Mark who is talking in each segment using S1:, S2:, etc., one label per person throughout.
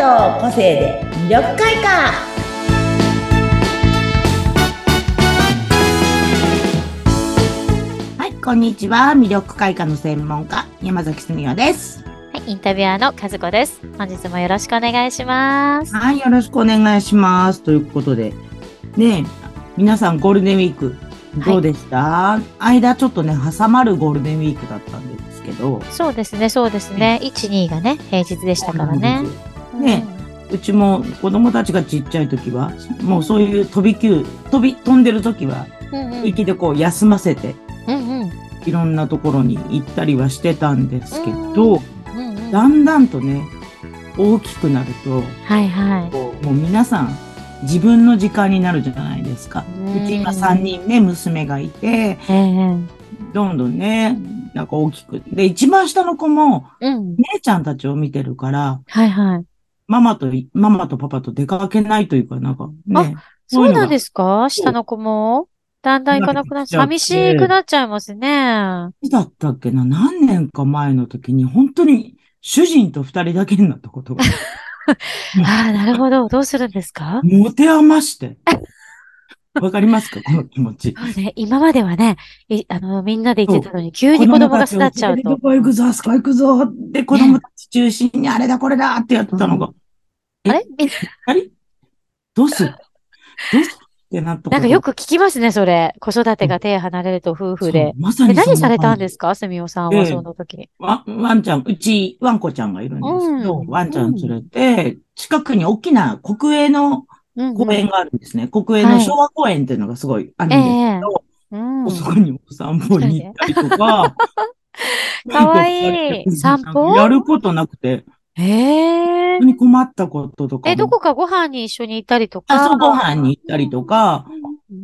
S1: の個性で魅力開花はい、こんにちは。魅力開花の専門家、山崎すみおです。
S2: はい、インタビュアーの和子です。本日もよろしくお願いします。
S1: はい、よろしくお願いします。ということで、ねえ、皆さんゴールデンウィーク、どうでした、間ちょっとね、挟まるゴールデンウィークだったんですけど、
S2: そうですね、そうですね。1、2がね、平日でしたからね。
S1: ねうちも子供たちがちっちゃい時は、もうそういう飛び級、飛び、飛んでる時は、
S2: うんうん。
S1: 息でこう休ませて、
S2: うんうん。
S1: いろんなところに行ったりはしてたんですけど、
S2: うんうん。
S1: だんだんとね、大きくなると、
S2: はいはい。
S1: こうもう皆さん、自分の時間になるじゃないですか。うち今3人目娘がいて、
S2: ええ
S1: どんどんね、なんか大きく。で、一番下の子も、
S2: うん。
S1: 姉ちゃんたちを見てるから、
S2: はいはい。
S1: ママとい、ママとパパと出かけないというか、なんかね、そう
S2: そ
S1: いううのが
S2: なんですか下の子もだんだん行かなくなっちゃう。
S1: 慣れてき
S2: 寂し
S1: ちゃって
S2: くなっちゃいますね。
S1: いつだったっけな、何年か前の時に、本当に主人と二人だけになったことが、うん
S2: ああ、なるほど。どうするんですか
S1: 持て余して。わかりますかこ の気持ち。
S2: そうね、今まではね、いあの、みんなで行ってたのに、急に子供が巣立っちゃうと
S1: ど。こ行くぞ、あそこ行くぞ。で、子供たち中心にあれだこれだってやってたのが、
S2: あれみんな
S1: あれどうするどうするってなったこと
S2: なんかよく聞きますね、それ。子育てが手離れると夫婦で
S1: そう。まさ
S2: え、
S1: に
S2: 何されたんですすかすみおさん
S1: ええ
S2: は、その時に。
S1: ワンワンちゃん、うち、ワンコちゃんがいるんですけど、
S2: うん
S1: ワンちゃん連れて、近くに大きな国営の
S2: うんうん
S1: 公園があるんですね。国営の昭和公園っていうのがすごいあるんですけど、
S2: うん。
S1: そこにお散歩に行ったりとか、
S2: かわいい散歩
S1: やることなくて、
S2: ええ
S1: 本当に困ったこととかも。
S2: え、どこかご飯に一緒に行ったりとか。
S1: あそう、ご飯に行ったりとか、
S2: うん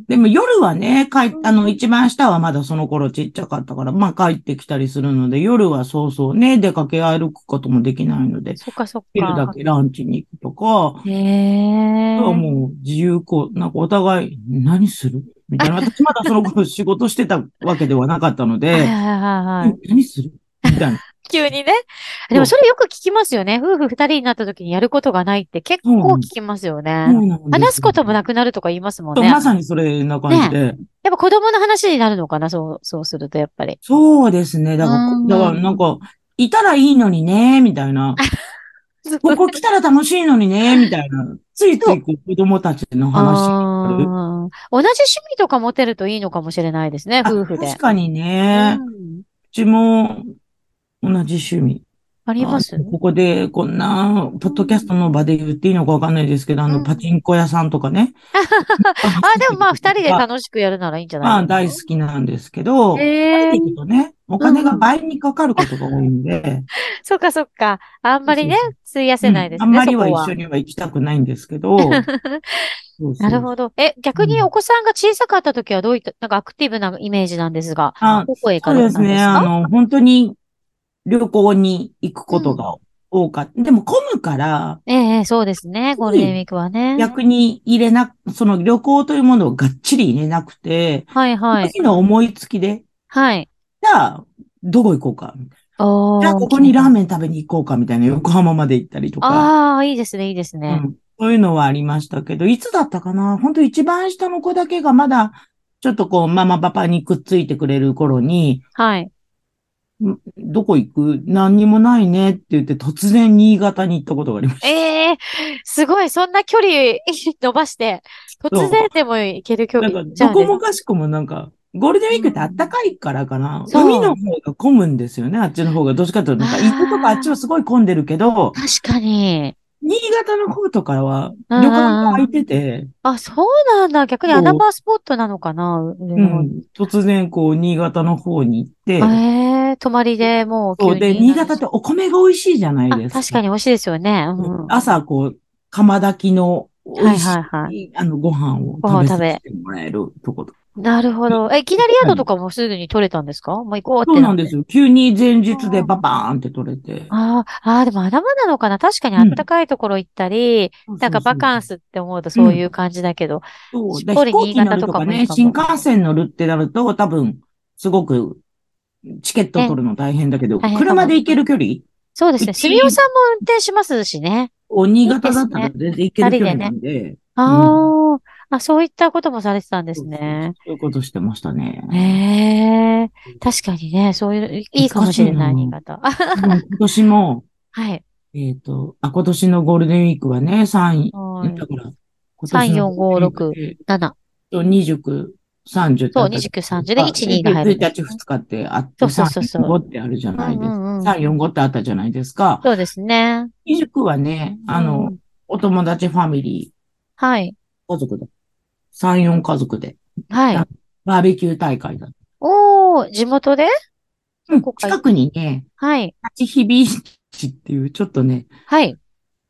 S1: でも夜はね、帰っ
S2: う、ん
S1: あの、一番下はまだその頃ちっちゃかったから、まあ帰ってきたりするので、夜はそうそうね、出かけ歩くこともできないので、
S2: そっかそっ
S1: 昼だ
S2: か。
S1: けランチに行くとか、
S2: ええ
S1: あとはもう自由こう、なんかお互い何するみたいな。私まだその頃仕事してたわけではなかったの
S2: はいはい
S1: で、
S2: はいはい。
S1: 何するみたいな。
S2: 急にね。でもそれよく聞きますよね。夫婦二人になった時にやることがないって結構聞きますよ
S1: そう
S2: ね。
S1: なんですよ
S2: 話すこともなくなるとか言いますもん
S1: そう
S2: ね。
S1: まさにそれな感じで。
S2: やっぱ子供の話になるのかなそう、そうするとやっぱり。
S1: そうですね。だから、
S2: うん
S1: だからなんか、いたらいいのにね、みたいな。ここ来たら楽しいのにね、みたいな。ついついこう子供たちの話。
S2: あ
S1: に
S2: ー同じ趣味とか持てるといいのかもしれないですね、
S1: あ
S2: 夫婦で
S1: 確。かにね、う
S2: うん
S1: ちも同じ趣味。
S2: あります
S1: あここで、こんな、ポッドキャストの場で言っていいのかわかんないですけど、あ
S2: う
S1: の、
S2: ん
S1: パチンコ屋さんとかね。
S2: あ、でもまあ二人で楽しくやるならいいんじゃ
S1: ま
S2: な
S1: あ、
S2: い
S1: 大好きなんですけど、
S2: え
S1: 帰
S2: え
S1: っていくとね、お金が倍にかかることが多いんで、
S2: そっかそっか。あんまりね
S1: そうそう、
S2: 費やせないですね。
S1: うんあんまりは
S2: そこ
S1: 一緒には行きたくないんですけ ど、そうそう
S2: なるほど。え、逆にお子さんが小さかった時はどういった、なんかアクティブなイメージなんですが、
S1: あ
S2: どこへ行
S1: そ
S2: か
S1: う
S2: れた
S1: で
S2: んです
S1: す
S2: か
S1: ね。あの、本当に旅行に行くことが多かった。でも混むから、
S2: ええそうですね。ゴールデンウィークはね。
S1: 逆に入れな、その旅行というものをがっちり入れなくて、
S2: はいはい。
S1: 次の思いつきで、
S2: はい。
S1: じゃあ、どこ行こうか。
S2: お
S1: じゃあ、ここにラーメン食べに行こうか、みたいな横浜まで行ったりとか、
S2: ああー、いいですね、いいですね。
S1: うんそういうのはありましたけど、いつだったかな本当一番下の子だけがまだ、ちょっとこう、ママパパにくっついてくれる頃に、
S2: はい。
S1: どこ行く何にもないねって言って、突然新潟に行ったことがありました。
S2: ええすごい、そんな距離伸ばして、突然でも行ける距
S1: な
S2: 離
S1: んか、
S2: じゃ
S1: ど
S2: あ
S1: こ
S2: ね
S1: もかしこもなんか、ゴールデンウィークってあったかいからかな。
S2: そう
S1: 海の方が混むんですよね、あっちの方が。どっちかというと、なんか、
S2: あー
S1: 行くとこあっちはすごい混んでるけど、
S2: 確かに。
S1: 新潟の方とかは、
S2: うん
S1: 旅館が空いてて、
S2: あ、そうなんだ。逆に
S1: そう
S2: 穴場スポットなのかな上
S1: う
S2: の方に
S1: ん、突然こう、新潟の方に行って、
S2: ええ泊まりでもう急
S1: そう
S2: に。
S1: で、新潟ってお米が美味しいじゃないで
S2: あ
S1: すか。
S2: 確かに美味しいですよね。うんうん。
S1: 朝こう、釜炊きの美
S2: はい
S1: 味しい、
S2: はいはい。
S1: あの、ご飯を
S2: ご飯を食
S1: 食べ
S2: べ
S1: させてもらえるとことか。
S2: なるほど。え、いきなり宿とかもすぐに取れたんですかもう行こうって。
S1: そうなんですすよ。急に前日でババーンって取れて。
S2: あーあー、でも穴場なのかな確かにあったかいところ行ったり、なんかバカン
S1: ス。
S2: スって思うとそういう感じだけど。
S1: そう。
S2: しっ
S1: で
S2: ぽり
S1: 飛行機乗るとか
S2: 新潟とかもいい
S1: ね、
S2: かも
S1: 新幹線乗るってなると多分、すごく、チケット取るの大変だけど、
S2: ね大変かも
S1: 車で行ける距離
S2: そうですね。
S1: 一
S2: すみおさんも運転しますしね。
S1: 構新潟だったら全然行ける距離なんで、
S2: ああ、あ、そういったこともされてたんですね。
S1: そういうことしてました ね。
S2: ええ確かにね、そういう、いいかもしれない、新
S1: 懐
S2: 潟。あ、
S1: 今年も、
S2: はい。
S1: えっ、と、あ、今年のゴールデンウィークはね、3、
S2: はい
S1: だから、
S2: 3 4 5 6 7。
S1: 29、30
S2: そう、29、30で1、2が入る。
S1: 1日、2日ってあって、
S2: そうそうそうそう
S1: 3、4、5ってあるじゃないです
S2: う
S1: か。
S2: んうんうん
S1: 3、4、5ってあったじゃないですか。
S2: そうですね。
S1: 29はね、あの、
S2: うん
S1: お友達ファミリ
S2: はい。
S1: ー、家族で。3、4家族で。
S2: はい。
S1: バーベキュー大会だ。
S2: おー、地元で
S1: うん、
S2: ここか
S1: 近くにね、
S2: はい。
S1: 立ち響市っていう、ちょっとね、
S2: はい。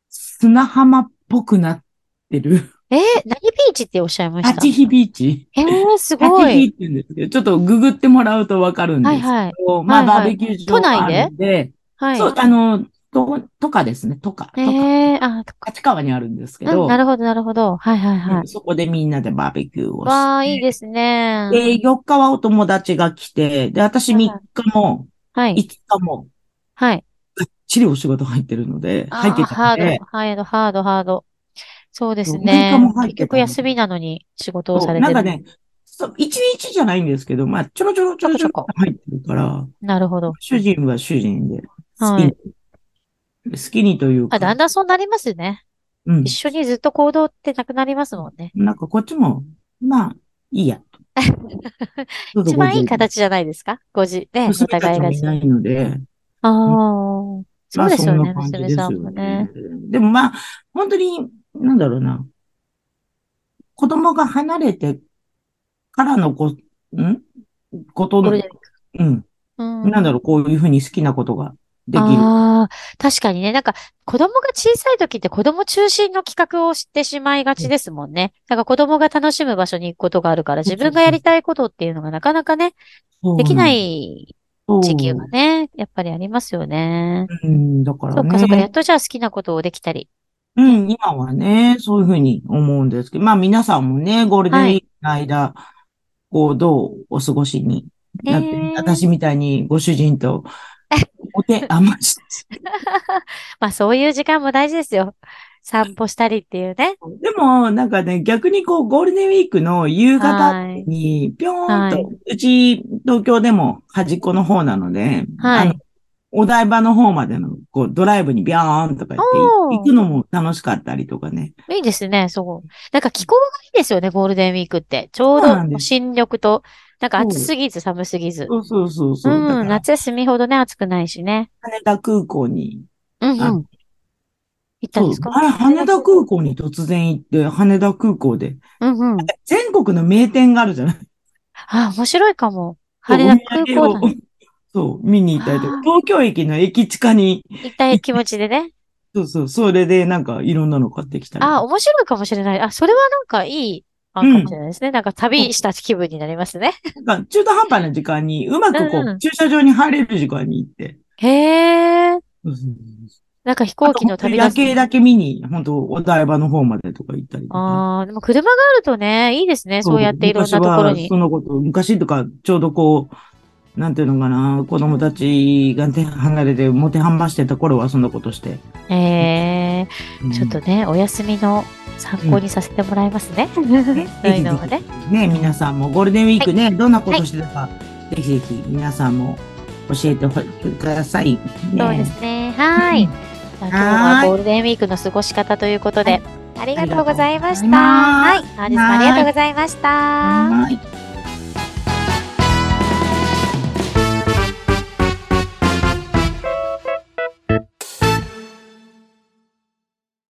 S1: 砂浜っぽくなってる。
S2: えー、何ビーチっておっしゃいました
S1: 立ち響市。
S2: えー、す
S1: 立ち
S2: ご
S1: 響
S2: い。
S1: って言うんですけど、ちょっとググってもらうとわかるんです
S2: はい
S1: けど、
S2: はい。
S1: まあ、
S2: はいはい
S1: バーベキュー場があるんで、
S2: はい。
S1: そう、あの、と、とかですね、とか、とか、
S2: えー、あ、とか
S1: 立川にあるんですけ
S2: うん
S1: ど、
S2: なるほど、なるほど。はいはいはい。
S1: そこでみんなでバーベキューを
S2: わあ、
S1: して
S2: いいですね。
S1: で、4日はお友達が来て、で、私3
S2: はい
S1: 日も、
S2: はい。
S1: 5日も、
S2: はい。
S1: チリお仕事入ってるので、
S2: あ
S1: 入って
S2: ーハ
S1: たの
S2: ー
S1: で
S2: ド、、ハード、ハード、ハード。そうです
S1: アメリ
S2: ね
S1: カも。入っ
S2: 結
S1: てたの
S2: 局休みなのに仕事を
S1: そ
S2: さ
S1: う
S2: れて
S1: なん
S2: る。
S1: かね、そう、1日じゃないんですけど、まあ、ちょろちょろちょろちょろ入ってるから、
S2: なるほど。
S1: 主人は主人で、好
S2: は
S1: きに
S2: い、
S1: 好きにという
S2: あ、だ
S1: か
S2: ん、だんそうなりますね。
S1: うん
S2: 一、緒にずっと行動ってなくなりますもんね。
S1: なんかこっちも、まあ、い いや。
S2: 一番いい
S1: ち
S2: 形じゃないですかごじ。ね、お
S1: 娘た
S2: 互
S1: ち
S2: い
S1: も
S2: が
S1: い
S2: し。
S1: ないので、
S2: ああ、そうですよね、娘さんもね。。
S1: でもまあ、本当に、なんだろうな。子供が離れてからのこ、んこと
S2: ゴー
S1: の
S2: ルデンウィーク
S1: うん。
S2: うん
S1: なんだろう、こういうふうに好きなことができる。
S2: ああ、確かにね。なんか、子供が小さい時って子供中心の企画をしてしまいがちですもんね。なんか子供が楽しむ場所に行くことがあるから、
S1: そうそ
S2: 自
S1: うそう
S2: 分がやりたいことっていうのがなかなかね、
S1: そう
S2: できな
S1: の
S2: い
S1: そう
S2: 時期がね、やっぱりありますよね。
S1: うん、だから
S2: そっ
S1: ね。
S2: かそっか、やっとじゃあ好きなことをできたり。
S1: うん、今はね、そういうふうに思うんですけど、まあ皆さんもね、ゴールデンウィークの間、こう、どうお過ごしになって、
S2: えー
S1: 私みたいにご主人とお手余 して、
S2: まあそういう時間も大事ですよ。散歩したりっていうね。
S1: でもなんかね、逆にこう、ゴールデンウィークの夕方
S2: はい。
S1: に、ぴょーん
S2: はい
S1: と、うち、東京でも端っこの方なので、
S2: はい
S1: あのお台場の方までの、こう、ドライブにビャーンとか言って、
S2: おー
S1: 行くのも楽しかったりとかね。
S2: いいですね、そう。なんか気候がいいですよね、ゴールデンウィークって。ちょう
S1: そうなんで
S2: ど
S1: す
S2: 新緑と、なんか暑
S1: そう
S2: すぎず寒すぎず。
S1: そうそうそうそう。だか
S2: うん、
S1: ら
S2: 夏休みほどね、暑くないしね。
S1: 羽田空港に
S2: うんうん。
S1: あ
S2: 行ったんですか
S1: そう前、羽田空港に突然行って、羽田空港で。
S2: うんうん。
S1: 全国の名店があるじゃない
S2: あ、面白いかも。羽田空港
S1: お土産
S2: だ
S1: を
S2: ね。
S1: そう、見に行ったりと
S2: あ
S1: か
S2: ー、
S1: 東京駅の駅地下に、
S2: 行きたい気持ちでね。
S1: そうそう、それでなんかいろんなの買ってきたり。
S2: あ、面白いかもしれない。あ、それはなんかいい案かもしれないですね。なんか旅した気分になりますね。
S1: なんか中途半端な時間に、うまくこ
S2: うんうん
S1: う、駐車場に入れる時間に行って。
S2: へえ。
S1: そうそうそう
S2: なんか飛行機の
S1: あと
S2: 旅
S1: 夜
S2: 立つ
S1: 景だけ見に、本当お台場の方までとか行ったりとか。
S2: ああ、でも車があるとね、いいですね。そうやっていろんなところ
S1: 昔は
S2: に。
S1: そのこと、昔とか、ちょうどこう、なんていうのかな、子供たちが手離れて、もてはんばしてた頃はそんなことして。
S2: ええ
S1: うん
S2: ちょっとね、お休みの参考にさせてもらいますね。そういうのもね。
S1: ね、皆さんもゴールデンウィークね、どんなことしてたか、ぜひぜひ皆さんも教えてほください、ね。
S2: そうですね。はい。まあ今日
S1: は
S2: はいゴールデンウィークの過ごし方ということで、ありがとうございました。
S1: あ
S2: は
S1: り
S2: い。アーネさんありがとうございました。
S1: はい。